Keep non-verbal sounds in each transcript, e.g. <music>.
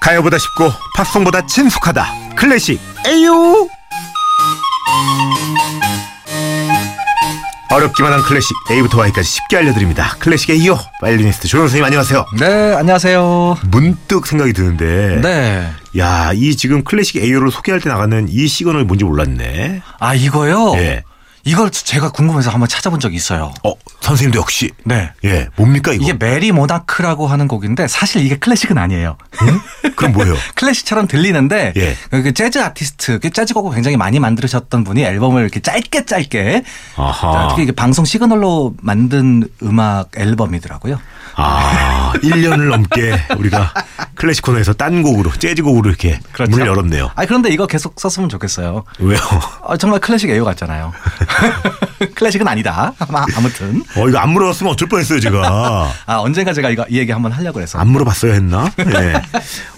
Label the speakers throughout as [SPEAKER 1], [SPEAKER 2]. [SPEAKER 1] 가요보다 쉽고 팝송보다 친숙하다 클래식 에유 어렵기만 한 클래식 A부터 Y까지 쉽게 알려드립니다 클래식 에이요 바이올리니스트 조영 선생님 안녕하세요
[SPEAKER 2] 네, 안녕하세요.
[SPEAKER 1] 문득 생각이 드는데
[SPEAKER 2] 네.
[SPEAKER 1] 야 이 지금 클래식 에이요를 소개할 때 나가는 이 시그널 뭔지 몰랐네
[SPEAKER 2] 아, 이거요?
[SPEAKER 1] 예.
[SPEAKER 2] 이걸 제가 궁금해서 한번 찾아본 적이 있어요.
[SPEAKER 1] 어 선생님도 역시
[SPEAKER 2] 네.
[SPEAKER 1] 예 뭡니까 이거
[SPEAKER 2] 이게 메리 모나크라고 하는 곡인데 사실 이게 클래식은 아니에요.
[SPEAKER 1] 그럼 뭐예요
[SPEAKER 2] <laughs> 클래식처럼 들리는데
[SPEAKER 1] 음? 예.
[SPEAKER 2] 그 재즈 아티스트, 그 재즈 곡을 굉장히 많이 만들으셨던 분이 앨범을 이렇게 짧게 짧게
[SPEAKER 1] 아하.
[SPEAKER 2] 특히 이게 방송 시그널로 만든 음악 앨범이더라고요.
[SPEAKER 1] 아, 1년을 넘게 우리가 클래식 코너에서 딴 곡으로 재즈 곡으로 이렇게 문을 열었네요.
[SPEAKER 2] 아 그런데 이거 계속 썼으면 좋겠어요.
[SPEAKER 1] 왜요?
[SPEAKER 2] 아, 정말 클래식
[SPEAKER 1] <laughs>
[SPEAKER 2] 애요 같잖아요. <laughs> 클래식은 아니다. 아마 아무튼
[SPEAKER 1] 어, 이거 안 물어봤으면 어쩔 뻔했어요, 제가.
[SPEAKER 2] 아 언젠가 제가 이거 이 얘기 한번 하려고 그래서
[SPEAKER 1] 안 물어봤어야 했나? 네.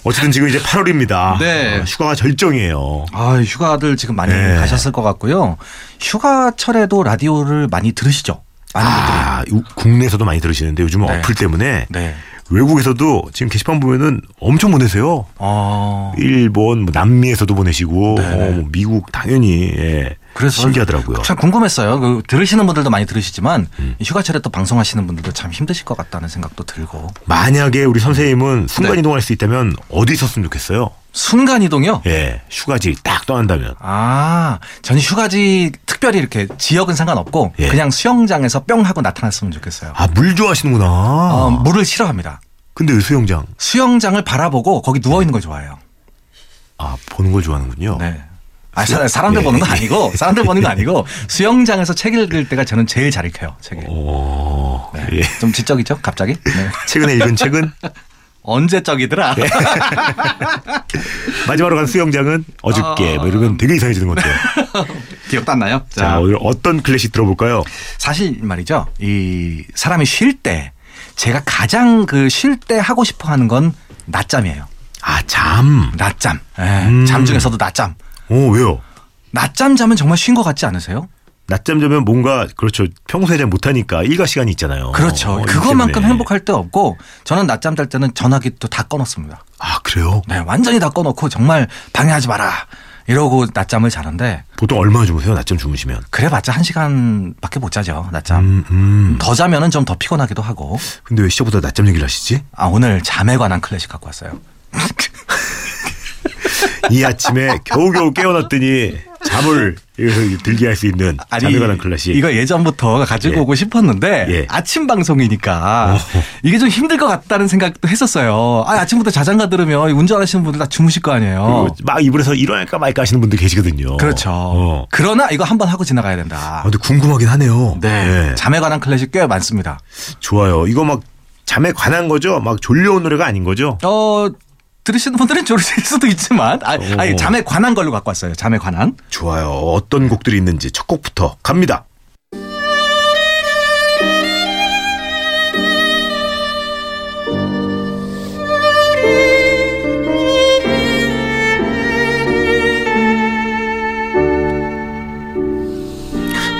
[SPEAKER 1] 어쨌든 지금 이제 8월입니다. 아,
[SPEAKER 2] 네.
[SPEAKER 1] 휴가가 절정이에요.
[SPEAKER 2] 아, 휴가들 지금 많이
[SPEAKER 1] 네.
[SPEAKER 2] 가셨을 것 같고요. 휴가철에도 라디오를 많이 들으시죠? 많은 분들이.
[SPEAKER 1] 아, 요- 국내에서도 많이 들으시는데 요즘은
[SPEAKER 2] 네.
[SPEAKER 1] 어플 때문에
[SPEAKER 2] 네.
[SPEAKER 1] 외국에서도 지금 게시판 보면은 엄청 보내세요.
[SPEAKER 2] 어.
[SPEAKER 1] 일본, 뭐 남미에서도 보내시고
[SPEAKER 2] 네네.
[SPEAKER 1] 어, 뭐 미국 당연히 예.
[SPEAKER 2] 그래서
[SPEAKER 1] 신기하더라고요. 음.
[SPEAKER 2] 참 궁금했어요. 그 들으시는 분들도 많이 들으시지만 이 휴가철에 또 방송하시는 분들도 참 힘드실 것 같다는 생각도 들고
[SPEAKER 1] 만약에 우리
[SPEAKER 2] 네.
[SPEAKER 1] 선생님은 순간 이동할 수 있다면 어디 있었으면 좋겠어요?
[SPEAKER 2] 순간 이동요.
[SPEAKER 1] 예, 휴가지 딱 떠난다면.
[SPEAKER 2] 아, 전 휴가지 특별히 이렇게 지역은 상관없고
[SPEAKER 1] 예.
[SPEAKER 2] 그냥 수영장에서 뿅 하고 나타났으면 좋겠어요.
[SPEAKER 1] 아, 물 좋아하시는구나.
[SPEAKER 2] 어, 물을 싫어합니다.
[SPEAKER 1] 근데 왜 수영장?
[SPEAKER 2] 수영장을 바라보고 거기 누워 있는 걸 좋아해요.
[SPEAKER 1] 아, 보는 걸 좋아하는군요.
[SPEAKER 2] 네. 아, 사, 사람들
[SPEAKER 1] 예,
[SPEAKER 2] 보는 건
[SPEAKER 1] 예.
[SPEAKER 2] 아니고 사람들 보는 건 <laughs> 아니고 수영장에서 책 읽을 때가 저는 제일 잘 읽혀요. 책을.
[SPEAKER 1] 오, 예.
[SPEAKER 2] 좀 지적이죠? 갑자기? 네.
[SPEAKER 1] <laughs> 최근에 읽은 책은
[SPEAKER 2] <laughs> 언제적이더라.
[SPEAKER 1] 마지막으로 간 수영장은 어저께 뭐 이러면 되게 이상해지는 건데.
[SPEAKER 2] <laughs> 기억도 안 나요? 자,
[SPEAKER 1] 자, 오늘 어떤 클래식 들어볼까요?
[SPEAKER 2] 사실 말이죠. 이 사람이 쉴 때 제가 가장 그 쉴 때 하고 싶어 하는 건 낮잠이에요.
[SPEAKER 1] 아, 잠.
[SPEAKER 2] 낮잠. 예, 잠 중에서도 낮잠.
[SPEAKER 1] 오, 왜요?
[SPEAKER 2] 낮잠 자면 정말 쉰 것 같지 않으세요?
[SPEAKER 1] 낮잠 자면 뭔가 그렇죠. 평소에 잘 못하니까 일과 시간이 있잖아요.
[SPEAKER 2] 그렇죠.
[SPEAKER 1] 어, 이렇기
[SPEAKER 2] 그것만큼
[SPEAKER 1] 때문에.
[SPEAKER 2] 행복할 때 없고 저는 낮잠 잘 때는 전화기도 다 꺼놓습니다.
[SPEAKER 1] 아, 그래요?
[SPEAKER 2] 네, 완전히 다 꺼놓고 정말 방해하지 마라. 이러고 낮잠을 자는데
[SPEAKER 1] 보통 얼마나 주무세요? 낮잠 주무시면?
[SPEAKER 2] 그래봤자 한 시간밖에 못 자죠 낮잠.
[SPEAKER 1] 음, 음.
[SPEAKER 2] 더 자면은 좀 더 피곤하기도 하고.
[SPEAKER 1] 근데 왜 시작보다 낮잠 얘기를 하시지?
[SPEAKER 2] 아 오늘 잠에 관한 클래식 갖고 왔어요.
[SPEAKER 1] 이 아침에 겨우겨우 깨어났더니 잠을 여기서 들게 할 수 있는 잠에 관한 클래식.
[SPEAKER 2] 이거 예전부터 가지고
[SPEAKER 1] 예.
[SPEAKER 2] 오고 싶었는데
[SPEAKER 1] 예. 어.
[SPEAKER 2] 아침 방송이니까 이게 좀 힘들 것 같다는 생각도 했었어요. 아 아침부터 자장가 들으면 운전하시는 분들 다 주무실 거 아니에요.
[SPEAKER 1] 그리고 막 입으로서 일어날까 말까 하시는 분들 계시거든요.
[SPEAKER 2] 어. 그렇죠.
[SPEAKER 1] 어.
[SPEAKER 2] 그러나 이거 한번 하고 지나가야 된다.
[SPEAKER 1] 아, 근데 궁금하긴 하네요. 예.
[SPEAKER 2] 잠에 관한 클래식 꽤 많습니다.
[SPEAKER 1] 좋아요. 이거 막 잠에 관한 거죠? 막 졸려온 노래가 아닌 거죠?
[SPEAKER 2] 어 들으시는 분들은 졸으실 수도 있지만 아, 아니
[SPEAKER 1] 오.
[SPEAKER 2] 잠에 관한 걸로 갖고 왔어요. 잠에 관한.
[SPEAKER 1] 좋아요. 어떤 곡들이 있는지 첫 곡부터 갑니다.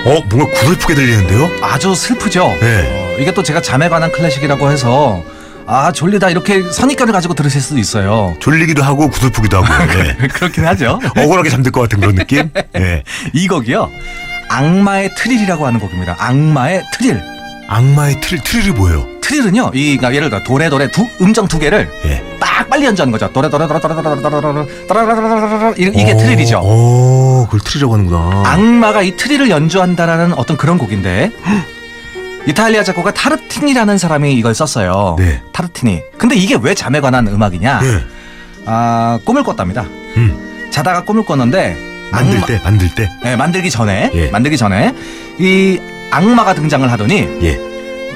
[SPEAKER 1] 어, 뭔가 구슬프게 들리는데요?
[SPEAKER 2] 아주 슬프죠.
[SPEAKER 1] 네.
[SPEAKER 2] 어, 이게 또 제가 잠에 관한 클래식이라고 해서 아 졸리다 이렇게 선입견을 가지고 들으실 수도 있어요.
[SPEAKER 1] 졸리기도 하고 구슬프기도 하고. 예.
[SPEAKER 2] 그렇긴 하죠.
[SPEAKER 1] 억울하게 잠들 것 같은 그런 <laughs> 느낌? 예.
[SPEAKER 2] 이 곡이요. 악마의 트릴이라고 하는 곡입니다. 악마의 트릴.
[SPEAKER 1] 악마의 트릴, 트릴이 뭐예요?
[SPEAKER 2] 트릴은요. 이 그러니까 예를 들어 도레 도레 두 음정 두 개를
[SPEAKER 1] 예.
[SPEAKER 2] 딱 빨리 연주하는 거죠. 도레 도레 도레 도레 도레 도레 도레 도레 이- 이게
[SPEAKER 1] 오,
[SPEAKER 2] 트릴이죠.
[SPEAKER 1] 오, 어. 그걸 트릴이라고 하는구나.
[SPEAKER 2] 악마가 이 트리를 연주한다라는 어떤
[SPEAKER 1] <gasps>
[SPEAKER 2] 그런 곡인데 이탈리아 작곡가 타르틴이라는 사람이 이걸 썼어요.
[SPEAKER 1] 네.
[SPEAKER 2] 타르틴이. 근데 이게 왜 잠에 관한 음악이냐?
[SPEAKER 1] 예.
[SPEAKER 2] 아 꿈을 꿨답니다.
[SPEAKER 1] 음.
[SPEAKER 2] 자다가 꿈을 꿨는데
[SPEAKER 1] 만들
[SPEAKER 2] 악마-
[SPEAKER 1] 때, 만들 때.
[SPEAKER 2] 네, 만들기 전에
[SPEAKER 1] 예.
[SPEAKER 2] 만들기 전에 이 악마가 등장을 하더니
[SPEAKER 1] 예.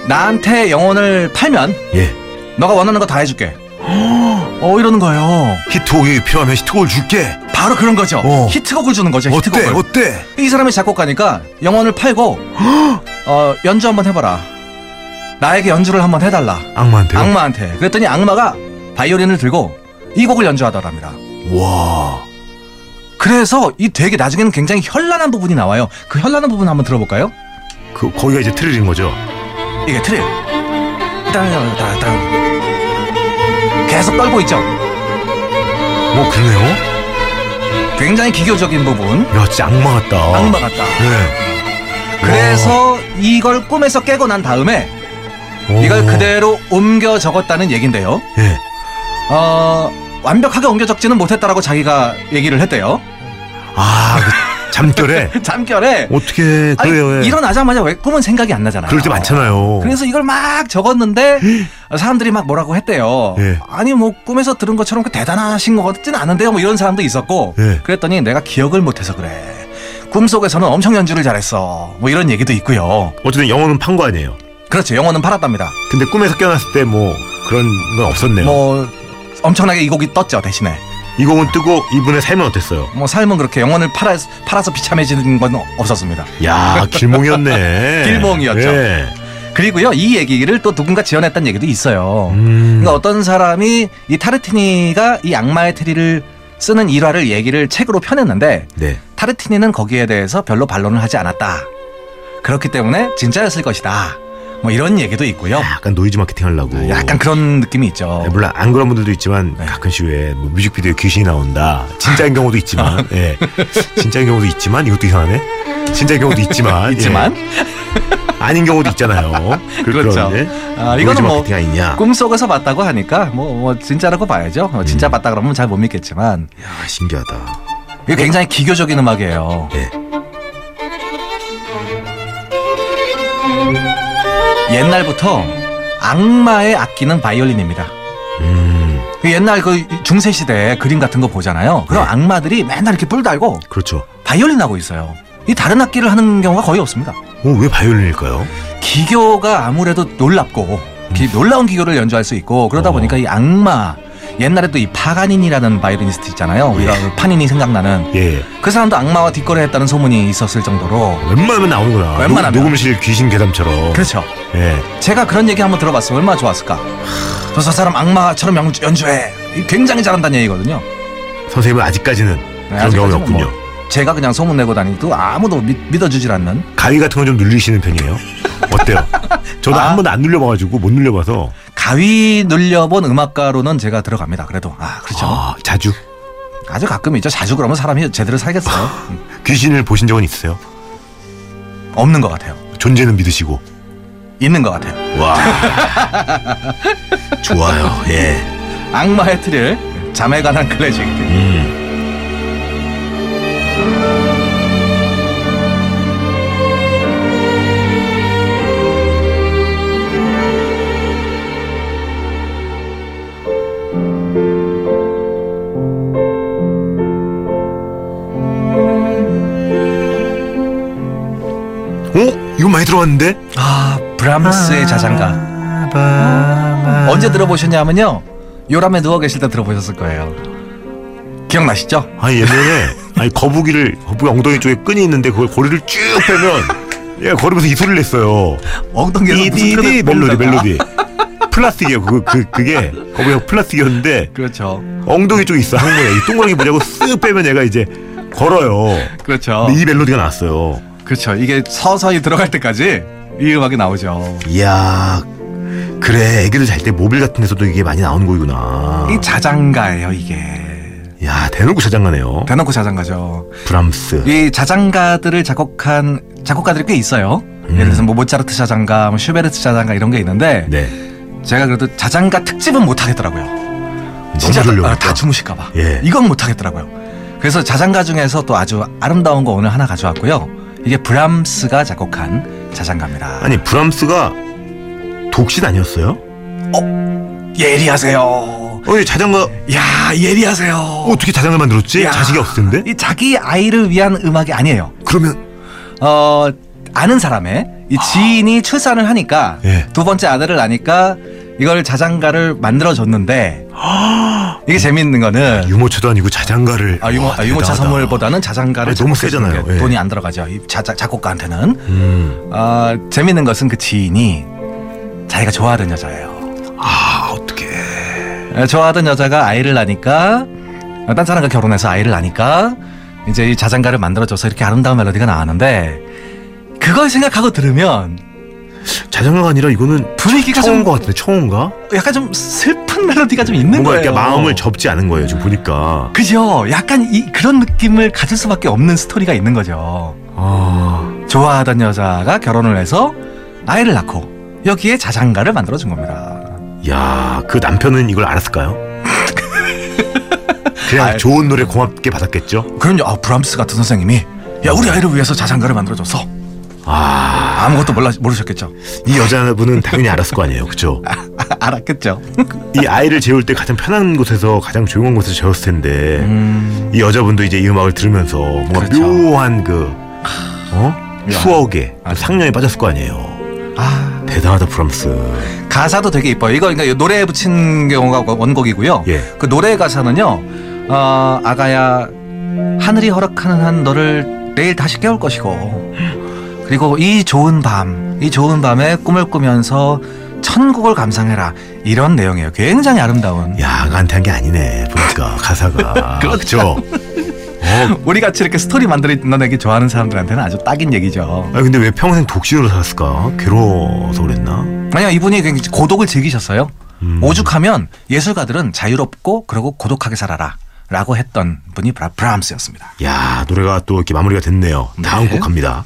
[SPEAKER 2] 나한테 영혼을 팔면
[SPEAKER 1] 예.
[SPEAKER 2] 너가 원하는 거 다 해줄게.
[SPEAKER 1] <gasps>
[SPEAKER 2] 어 이러는 거예요.
[SPEAKER 1] 히트곡이 필요하면 히트곡을 줄게.
[SPEAKER 2] 바로 그런 거죠.
[SPEAKER 1] 어.
[SPEAKER 2] 히트곡을 주는 거죠.
[SPEAKER 1] 어때?
[SPEAKER 2] 히트곡을.
[SPEAKER 1] 어때?
[SPEAKER 2] 이 사람이 작곡가니까 영혼을 팔고 어, 연주 한번 해봐라. 나에게 연주를 한번 해달라.
[SPEAKER 1] 악마한테요?
[SPEAKER 2] 악마한테. 그랬더니 악마가 바이올린을 들고 이 곡을 연주하더랍니다.
[SPEAKER 1] 와.
[SPEAKER 2] 그래서 이 되게 나중에는 굉장히 현란한 부분이 나와요. 그 현란한 부분 한번 들어볼까요?
[SPEAKER 1] 그, 거기가 이제 트릴인 거죠?
[SPEAKER 2] 이게 트릴. 따라따라따라. 계속 떨고 있죠.
[SPEAKER 1] 어, 그러네요?
[SPEAKER 2] 굉장히 기교적인 부분.
[SPEAKER 1] 야, 진짜 악마 같다.
[SPEAKER 2] 악마 같다.
[SPEAKER 1] 네.
[SPEAKER 2] 그래서 이걸 꿈에서 깨고 난 다음에
[SPEAKER 1] 오.
[SPEAKER 2] 이걸 그대로 옮겨 적었다는 얘긴데요.
[SPEAKER 1] 예.
[SPEAKER 2] 어, 완벽하게 옮겨 적지는 못했다라고 자기가 얘기를 했대요. <laughs>
[SPEAKER 1] 아, 그 잠결에
[SPEAKER 2] 잠결에
[SPEAKER 1] 어떻게
[SPEAKER 2] 아니,
[SPEAKER 1] 그래요? 예.
[SPEAKER 2] 일어나자마자 왜 꿈은 생각이 안 나잖아요.
[SPEAKER 1] 그럴 때 많잖아요.
[SPEAKER 2] 그래서 이걸
[SPEAKER 1] <laughs>
[SPEAKER 2] 막 적었는데 사람들이 막 뭐라고 했대요.
[SPEAKER 1] 예.
[SPEAKER 2] 아니 뭐 꿈에서 들은 것처럼 그 대단하신 것 같진 않은데요. 뭐 이런 사람도 있었고
[SPEAKER 1] 예.
[SPEAKER 2] 그랬더니 내가 기억을 못해서 그래. 꿈속에서는 엄청 연주를 잘했어. 뭐 이런 얘기도 있고요.
[SPEAKER 1] 어쨌든 영어는 판거 아니에요.
[SPEAKER 2] 그렇죠. 영어는 팔았답니다.
[SPEAKER 1] 근데 꿈에서 깨어났을 때 뭐 그런 건 없었네요.
[SPEAKER 2] 뭐 엄청나게 이 곡이 떴죠 대신에.
[SPEAKER 1] 이 곡은 뜨고 이분의 삶은 어땠어요?
[SPEAKER 2] 뭐 삶은 그렇게 영혼을 팔아, 팔아서 비참해지는 건 없었습니다.
[SPEAKER 1] 야, 길몽이었네.
[SPEAKER 2] <laughs> 길몽이었죠.
[SPEAKER 1] 예.
[SPEAKER 2] 그리고요 이 얘기를 또 누군가 지어냈다는 얘기도 있어요.
[SPEAKER 1] 음.
[SPEAKER 2] 그러니까 어떤 사람이 이 타르티니가 이 악마의 트리를 쓰는 일화를 얘기를 책으로 펴냈는데
[SPEAKER 1] 네.
[SPEAKER 2] 타르티니는 거기에 대해서 별로 반론을 하지 않았다. 그렇기 때문에 진짜였을 것이다. 뭐 이런 얘기도 있고요.
[SPEAKER 1] 약간 노이즈 마케팅 하려고.
[SPEAKER 2] 아, 약간 그런 느낌이 있죠.
[SPEAKER 1] 네, 물론 안 그런 분들도 있지만
[SPEAKER 2] 네.
[SPEAKER 1] 가끔씩 왜 뭐 뮤직비디오에 귀신이 나온다 진짜인 경우도 있지만
[SPEAKER 2] <laughs>
[SPEAKER 1] 예 진짜인 경우도 있지만 이것도 이상하네 진짜인 경우도 있지만
[SPEAKER 2] <laughs> 있지만
[SPEAKER 1] 예. 아닌 경우도
[SPEAKER 2] <laughs>
[SPEAKER 1] 있잖아요 그,
[SPEAKER 2] 그렇죠.
[SPEAKER 1] 그런, 예.
[SPEAKER 2] 아,
[SPEAKER 1] 노이즈
[SPEAKER 2] 이거는 뭐
[SPEAKER 1] 마케팅 아니냐
[SPEAKER 2] 꿈속에서 봤다고 하니까 뭐, 뭐 진짜라고 봐야죠. 뭐
[SPEAKER 1] 음.
[SPEAKER 2] 진짜 봤다 그러면 잘 못 믿겠지만
[SPEAKER 1] 야 신기하다
[SPEAKER 2] 이게 굉장히 기교적인 음악이에요.
[SPEAKER 1] 예
[SPEAKER 2] 옛날부터 악마의 악기는 바이올린입니다.
[SPEAKER 1] 음,
[SPEAKER 2] 그 옛날 그 중세 시대 그림 같은 거 보잖아요. 그럼
[SPEAKER 1] 네.
[SPEAKER 2] 악마들이 맨날 이렇게 뿔 달고
[SPEAKER 1] 그렇죠
[SPEAKER 2] 바이올린 하고 있어요. 이 다른 악기를 하는 경우가 거의 없습니다.
[SPEAKER 1] 어, 왜 바이올린일까요
[SPEAKER 2] 기교가 아무래도 놀랍고 기- 놀라운 기교를 연주할 수 있고 그러다
[SPEAKER 1] 어.
[SPEAKER 2] 보니까 이 악마 옛날에 또 이 파가닌이라는 바이올리니스트 있잖아요. 우리가
[SPEAKER 1] 예.
[SPEAKER 2] 그 파닌이 생각나는
[SPEAKER 1] 예
[SPEAKER 2] 그 사람도 악마와 뒷거래 했다는 소문이 있었을 정도로
[SPEAKER 1] 웬만하면 나오는구나
[SPEAKER 2] 웬만하면.
[SPEAKER 1] 녹, 녹음실 귀신 괴담처럼
[SPEAKER 2] 그렇죠.
[SPEAKER 1] 예
[SPEAKER 2] 제가 그런 얘기 한번 들어봤으면 얼마나 좋았을까. 저 사람 악마처럼 연주, 연주해. 굉장히 잘한다는 얘기거든요.
[SPEAKER 1] 선생님은 아직까지는 그런 경험이
[SPEAKER 2] 네, 아직까지는
[SPEAKER 1] 없군요
[SPEAKER 2] 뭐 제가 그냥 소문 내고 다니도 아무도 믿, 믿어주질 않는
[SPEAKER 1] 가위 같은 건 좀 눌리시는 편이에요 어때요 저도
[SPEAKER 2] 아.
[SPEAKER 1] 한 번도 안 눌려봐가지고 못 눌려봐서
[SPEAKER 2] 가위 눌려본 음악가로는 제가 들어갑니다. 그래도 아 그렇죠.
[SPEAKER 1] 아, 자주
[SPEAKER 2] 아주 가끔이죠. 자주 그러면 사람이 제대로
[SPEAKER 1] 아.
[SPEAKER 2] 살겠어요. 음,
[SPEAKER 1] 귀신을 보신 적은 있으세요?
[SPEAKER 2] 없는 것 같아요.
[SPEAKER 1] 존재는 믿으시고.
[SPEAKER 2] 있는 것 같아요. <laughs>
[SPEAKER 1] 와. 좋아요. 예.
[SPEAKER 2] 악마의 틀을 잠에 관한 클래식.
[SPEAKER 1] 음. 어? 이거 많이 들어봤는데?
[SPEAKER 2] 아 브람스의 자장가.
[SPEAKER 1] 아.
[SPEAKER 2] 언제 들어보셨냐면요. 요람에 누워 계실 때 들어보셨을 거예요. 기억나시죠?
[SPEAKER 1] 아니 옛날에 아니 거북이를 거북이 엉덩이 쪽에 끈이 있는데 그걸 고리를 쭉 빼면 얘가 걸으면서 이 소리를 냈어요.
[SPEAKER 2] 엉덩이에서 무슨
[SPEAKER 1] 띠디디
[SPEAKER 2] 끈을
[SPEAKER 1] 멜로디
[SPEAKER 2] 뽑는다가.
[SPEAKER 1] 멜로디. 플라스틱이에요. 그, 그, 그게 거북이가 플라스틱이었는데
[SPEAKER 2] 그렇죠.
[SPEAKER 1] 엉덩이 쪽에 있어 항문에 이 동그랗게 뭐냐고 쓱 빼면 얘가 이제 걸어요.
[SPEAKER 2] 그렇죠.
[SPEAKER 1] 근데 이 멜로디가 나왔어요.
[SPEAKER 2] 그렇죠. 이게 서서히 들어갈 때까지 이 음악이 나오죠.
[SPEAKER 1] 이야 그래 애기들 잘 때 모빌 같은 데서도 이게 많이 나오는 곡이구나.
[SPEAKER 2] 이 자장가예요, 이게.
[SPEAKER 1] 야 대놓고 자장가네요.
[SPEAKER 2] 대놓고 자장가죠.
[SPEAKER 1] 브람스.
[SPEAKER 2] 이 자장가들을 작곡한 작곡가들이 꽤 있어요. 예를 들어서 뭐 모차르트 자장가, 뭐 슈베르트 자장가 이런 게 있는데
[SPEAKER 1] 음. 네.
[SPEAKER 2] 제가 그래도 자장가 특집은 못 하겠더라고요. 진짜
[SPEAKER 1] 너무
[SPEAKER 2] 다,
[SPEAKER 1] 졸려.
[SPEAKER 2] 아, 다 주무실까 봐.
[SPEAKER 1] 예.
[SPEAKER 2] 이건 못 하겠더라고요. 그래서 자장가 중에서 또 아주 아름다운 거 오늘 하나 가져왔고요. 이게 브람스가 작곡한 자장가입니다.
[SPEAKER 1] 아니 브람스가 독신 아니었어요?
[SPEAKER 2] 예리하세요.
[SPEAKER 1] 어, 이 자장가
[SPEAKER 2] 야, 예리하세요.
[SPEAKER 1] 어떻게 자장가 만들었지?
[SPEAKER 2] 야.
[SPEAKER 1] 자식이 없을 텐데.
[SPEAKER 2] 이 자기 아이를 위한 음악이 아니에요.
[SPEAKER 1] 그러면
[SPEAKER 2] 어, 아는 사람의 이 지인이 출산을 하니까
[SPEAKER 1] 예.
[SPEAKER 2] 두 번째 아들을 낳으니까 이걸 자장가를 만들어 줬는데
[SPEAKER 1] 아,
[SPEAKER 2] 이게 재밌는 거는
[SPEAKER 1] 유모차도 아니고 자장가를
[SPEAKER 2] 네. 아, 유모,
[SPEAKER 1] 와,
[SPEAKER 2] 아, 유모차
[SPEAKER 1] 대단하다.
[SPEAKER 2] 선물보다는 자장가를
[SPEAKER 1] 아니, 너무
[SPEAKER 2] 작곡해주는
[SPEAKER 1] 세잖아요.
[SPEAKER 2] 게
[SPEAKER 1] 예.
[SPEAKER 2] 돈이 안 들어가죠. 이 자, 작곡가한테는
[SPEAKER 1] 음.
[SPEAKER 2] 아, 재밌는 것은 그 지인이 자기가 좋아하던 여자예요.
[SPEAKER 1] 아 어떻게?
[SPEAKER 2] 에, 네, 좋아하던 여자가 아이를 낳으니까 어, 딴 사람과 결혼해서 아이를 낳으니까 이제 이 자장가를 만들어줘서 이렇게 아름다운 멜로디가 나왔는데 그걸 생각하고 들으면
[SPEAKER 1] 자장가가 아니라 이거는
[SPEAKER 2] 분위기가
[SPEAKER 1] 처음
[SPEAKER 2] 좀
[SPEAKER 1] 것 같은데 처음인가?
[SPEAKER 2] 약간 좀 슬픈 멜로디가 좀 있는
[SPEAKER 1] 뭔가
[SPEAKER 2] 거예요.
[SPEAKER 1] 이렇게 마음을 접지 않은 거예요 지금 보니까.
[SPEAKER 2] 그죠? 약간 이, 그런 느낌을 가질 수밖에 없는 스토리가 있는 거죠.
[SPEAKER 1] 아,
[SPEAKER 2] 좋아하던 여자가 결혼을 해서 아이를 낳고 여기에 자장가를 만들어 준 겁니다.
[SPEAKER 1] 야그 남편은 이걸
[SPEAKER 2] <laughs>
[SPEAKER 1] 알았을까요? 그냥
[SPEAKER 2] 아,
[SPEAKER 1] 좋은 노래 고맙게 받았겠죠.
[SPEAKER 2] 그럼요. 아, 브람스 같은 선생님이 야 우리 아이를 위해서 자장가를 만들어줬어.
[SPEAKER 1] 아,
[SPEAKER 2] 아무것도 몰라 모르셨겠죠. <laughs>
[SPEAKER 1] 이 여자분은 당연히 알았을 거 아니에요, 그렇죠?
[SPEAKER 2] 알았겠죠.
[SPEAKER 1] 이 아이를 재울 때 가장 편한 곳에서 가장 조용한 곳에서 재웠을 텐데
[SPEAKER 2] 음,
[SPEAKER 1] 이 여자분도 이제 이 음악을 들으면서 뭔가
[SPEAKER 2] 그렇죠.
[SPEAKER 1] 묘한 그 어? 추억에 그
[SPEAKER 2] 아,
[SPEAKER 1] 상념에 빠졌을 거 아니에요.
[SPEAKER 2] 아
[SPEAKER 1] 대단하다 브람스.
[SPEAKER 2] 가사도 되게 이뻐요. 이거 그러니까 노래에 붙인 경우가 원곡이고요.
[SPEAKER 1] 예.
[SPEAKER 2] 그 노래 가사는요. 어, 아가야 하늘이 허락하는 한 너를 내일 다시 깨울 것이고 그리고 이 좋은 밤, 이 좋은 밤에 꿈을 꾸면서 천국을 감상해라 이런 내용이에요. 굉장히 아름다운.
[SPEAKER 1] 야, 간테한 게 아니네. 보니까 가사가. 그렇죠. 어,
[SPEAKER 2] <laughs> 우리 같이 이렇게 스토리 만들어내기 좋아하는 사람들한테는 아주 딱인 얘기죠.
[SPEAKER 1] 아 근데 왜 평생 독신으로 살았을까? 괴로워서 그랬나?
[SPEAKER 2] 만약 이분이 굉장히 고독을 즐기셨어요.
[SPEAKER 1] 음.
[SPEAKER 2] 오죽하면 예술가들은 자유롭고 그리고 고독하게 살아라. 라고 했던 분이 브라, 브람스였습니다.
[SPEAKER 1] 야, 노래가 또 이렇게 마무리가 됐네요. 다음
[SPEAKER 2] 네.
[SPEAKER 1] 곡 갑니다.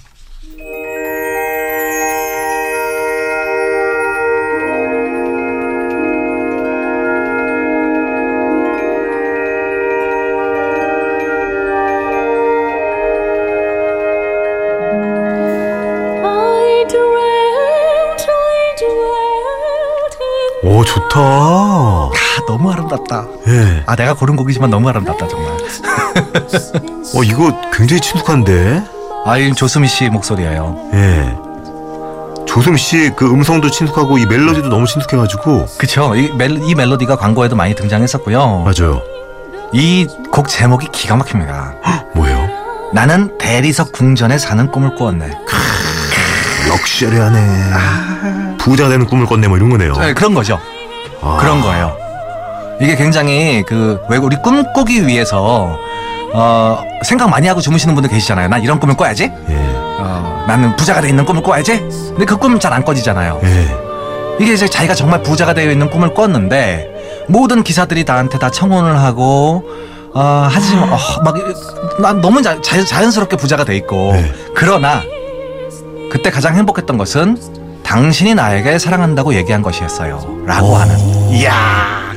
[SPEAKER 3] I dwelt, I dwelt in
[SPEAKER 1] 오, 좋다.
[SPEAKER 2] 아, 너무 아름답다.
[SPEAKER 1] 예.
[SPEAKER 2] 아, 내가 고른 곡이지만 너무 아름답다,
[SPEAKER 1] <laughs>
[SPEAKER 2] 정말.
[SPEAKER 1] 어, 이거 굉장히 친숙한데?
[SPEAKER 2] 아, 이 조수미 씨 목소리예요.
[SPEAKER 1] 예. 조승 씨의 그 음성도 친숙하고 이 멜로디도 너무 친숙해가지고
[SPEAKER 2] 그쵸. 이, 멜, 이 멜로디가 광고에도 많이 등장했었고요.
[SPEAKER 1] 맞아요.
[SPEAKER 2] 이 곡 제목이 기가 막힙니다.
[SPEAKER 1] 뭐예요?
[SPEAKER 2] 나는 대리석 궁전에 사는 꿈을 꾸었네.
[SPEAKER 1] 럭셔리하네. 부자 되는 꿈을 꿨네 뭐 이런 거네요.
[SPEAKER 2] 네, 그런 거죠.
[SPEAKER 1] 아,
[SPEAKER 2] 그런 거예요. 이게 굉장히 그 외국 우리 꿈꾸기 위해서 어, 생각 많이 하고 주무시는 분들 계시잖아요. 난 이런 꿈을 꿔야지.
[SPEAKER 1] 예.
[SPEAKER 2] 어, 나는 부자가 돼 있는 꿈을 꿔야지. 근데 그 꿈 잘 안 꺼지잖아요.
[SPEAKER 1] 예.
[SPEAKER 2] 이게 이제 자기가 정말 부자가 되어 있는 꿈을 꿨는데 모든 기사들이 나한테 다 청혼을 하고 어, 하지만 어, 막난 너무 자, 자- 자연스럽게 부자가 돼 있고
[SPEAKER 1] 네.
[SPEAKER 2] 그러나 그때 가장 행복했던 것은 당신이 나에게 사랑한다고 얘기한 것이었어요.라고 하는.
[SPEAKER 1] 이야. 야,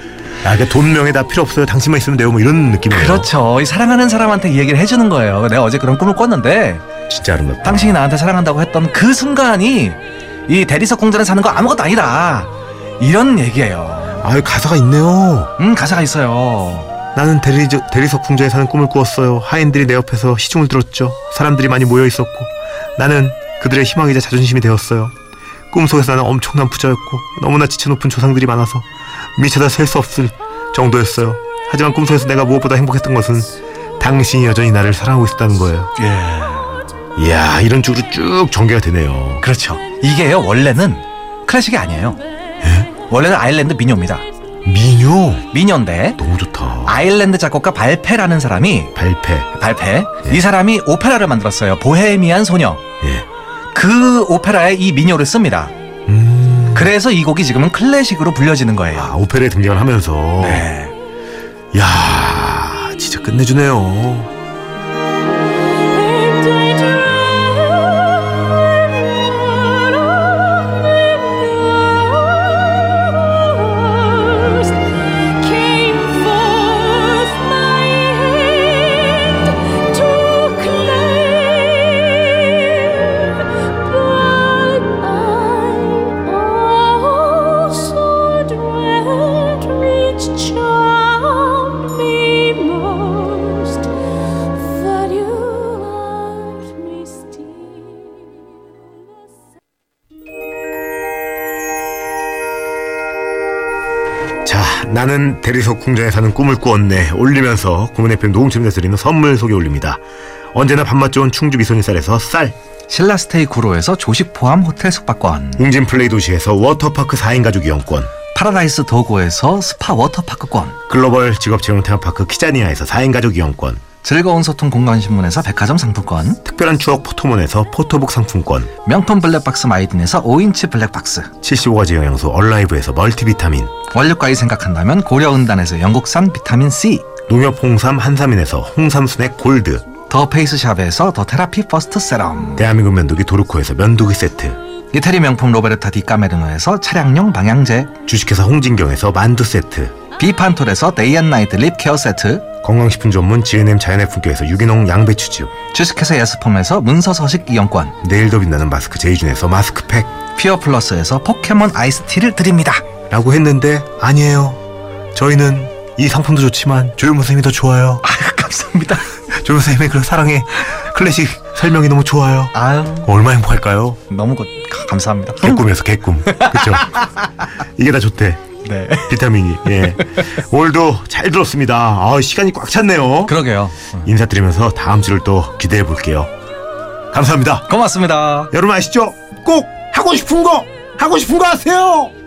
[SPEAKER 1] 그러니까 돈 명예 다 필요 없어요. 당신만 있으면 돼요. 뭐 이런 느낌이에요.
[SPEAKER 2] 그렇죠. 이 사랑하는 사람한테 이 얘기를 해주는 거예요. 내가 어제 그런 꿈을 꿨는데
[SPEAKER 1] 진짜 아름답다.
[SPEAKER 2] 당신이 나한테 사랑한다고 했던 그 순간이 이 대리석 궁전에 사는 거 아무것도 아니다. 이런 얘기예요.
[SPEAKER 1] 아유 가사가 있네요.
[SPEAKER 2] 음 가사가 있어요.
[SPEAKER 1] 나는 대리 대리석 궁전에 사는 꿈을 꾸었어요. 하인들이 내 옆에서 시중을 들었죠. 사람들이 많이 모여 있었고 나는 그들의 희망이자 자존심이 되었어요. 꿈속에서 나는 엄청난 부자였고 너무나 지체 높은 조상들이 많아서 미쳐다 셀 수 없을 정도였어요. 하지만 꿈속에서 내가 무엇보다 행복했던 것은 당신이 여전히 나를 사랑하고 있었다는 거예요.
[SPEAKER 2] 예.
[SPEAKER 1] 이야 이런 쪽으로 쭉 전개가 되네요.
[SPEAKER 2] 그렇죠. 이게요 원래는 클래식이 아니에요.
[SPEAKER 1] 예?
[SPEAKER 2] 원래는 아일랜드 민요입니다.
[SPEAKER 1] 미녀
[SPEAKER 2] 민요인데
[SPEAKER 1] 너무 좋다.
[SPEAKER 2] 아일랜드 작곡가 발페라는 사람이
[SPEAKER 1] 발패
[SPEAKER 2] 발페 이 사람이 오페라를 만들었어요. 보헤미안 소녀.
[SPEAKER 1] 예.
[SPEAKER 2] 그 오페라에 이 민요를 씁니다.
[SPEAKER 1] 음.
[SPEAKER 2] 그래서 이 곡이 지금은 클래식으로 불려지는 거예요.
[SPEAKER 1] 아 오페라에 등장을 하면서 예.
[SPEAKER 2] 네.
[SPEAKER 1] 야 진짜 끝내주네요.
[SPEAKER 3] and I dwelt on the first came forth my hand to claim, but I also dwelt which charmed me most. That you loved me still.
[SPEAKER 1] 자, 나는 대리석 궁전에 사는 꿈을 꾸었네 올리면서 구문FM 노홍철이 드리는 선물 소개 올립니다. 언제나 밥맛 좋은 충주 미소니 쌀에서 쌀,
[SPEAKER 2] 신라스테이 구로에서 조식 포함 호텔 숙박권,
[SPEAKER 1] 웅진 플레이 도시에서 워터파크 4인 가족 이용권,
[SPEAKER 2] 파라다이스 도고에서 스파 워터파크권,
[SPEAKER 1] 글로벌 직업체험 테마파크 키자니아에서 4인 가족 이용권,
[SPEAKER 2] 즐거운 소통 공간신문에서 백화점 상품권,
[SPEAKER 1] 특별한 추억 포토몬에서 포토북 상품권,
[SPEAKER 2] 명품 블랙박스 마이딘에서 5인치 블랙박스,
[SPEAKER 1] 75가지 영양소 얼라이브에서 멀티비타민,
[SPEAKER 2] 원료과일 생각한다면 고려은단에서 영국산 비타민C,
[SPEAKER 1] 농협 홍삼 한삼인에서 홍삼 스낵 골드,
[SPEAKER 2] 더 페이스샵에서 더 테라피 퍼스트 세럼,
[SPEAKER 1] 대한민국 면도기 도르코에서 면도기 세트,
[SPEAKER 2] 이태리 명품 로베르타 디 까메르노에서 차량용 방향제,
[SPEAKER 1] 주식회사 홍진경에서 만두 세트,
[SPEAKER 2] 비판톨에서 데이앤나이트 립케어 세트,
[SPEAKER 1] 건강식품 전문 GNM 자연의 품격에서 유기농 양배추즙,
[SPEAKER 2] 주식회사 예스폼에서 문서서식 이용권,
[SPEAKER 1] 내일 더 빛나는 마스크 제이준에서 마스크팩
[SPEAKER 2] 피어플러스에서 포켓몬 아이스티를 드립니다. <laughs>
[SPEAKER 1] 라고 했는데 아니에요. 저희는 이 상품도 좋지만 조용무 선생님이 더 좋아요. <laughs>
[SPEAKER 2] 아유 감사합니다.
[SPEAKER 1] 조용무 선생님의 그런 사랑의 클래식 설명이 너무 좋아요.
[SPEAKER 2] 아유
[SPEAKER 1] 얼마나 행복할까요?
[SPEAKER 2] 너무 고, 가- 감사합니다.
[SPEAKER 1] 개꿈이어서 개꿈. 그쵸? <laughs> 이게 다 좋대.
[SPEAKER 2] 네. <laughs>
[SPEAKER 1] 비타민이. 예. 오늘도 잘 들었습니다. 아, 시간이 꽉 찼네요.
[SPEAKER 2] 그러게요.
[SPEAKER 1] 인사드리면서 다음 주를 또 기대해 볼게요. 감사합니다.
[SPEAKER 2] 고맙습니다.
[SPEAKER 1] 여러분 아시죠? 꼭 하고 싶은 거 하고 싶은 거 하세요.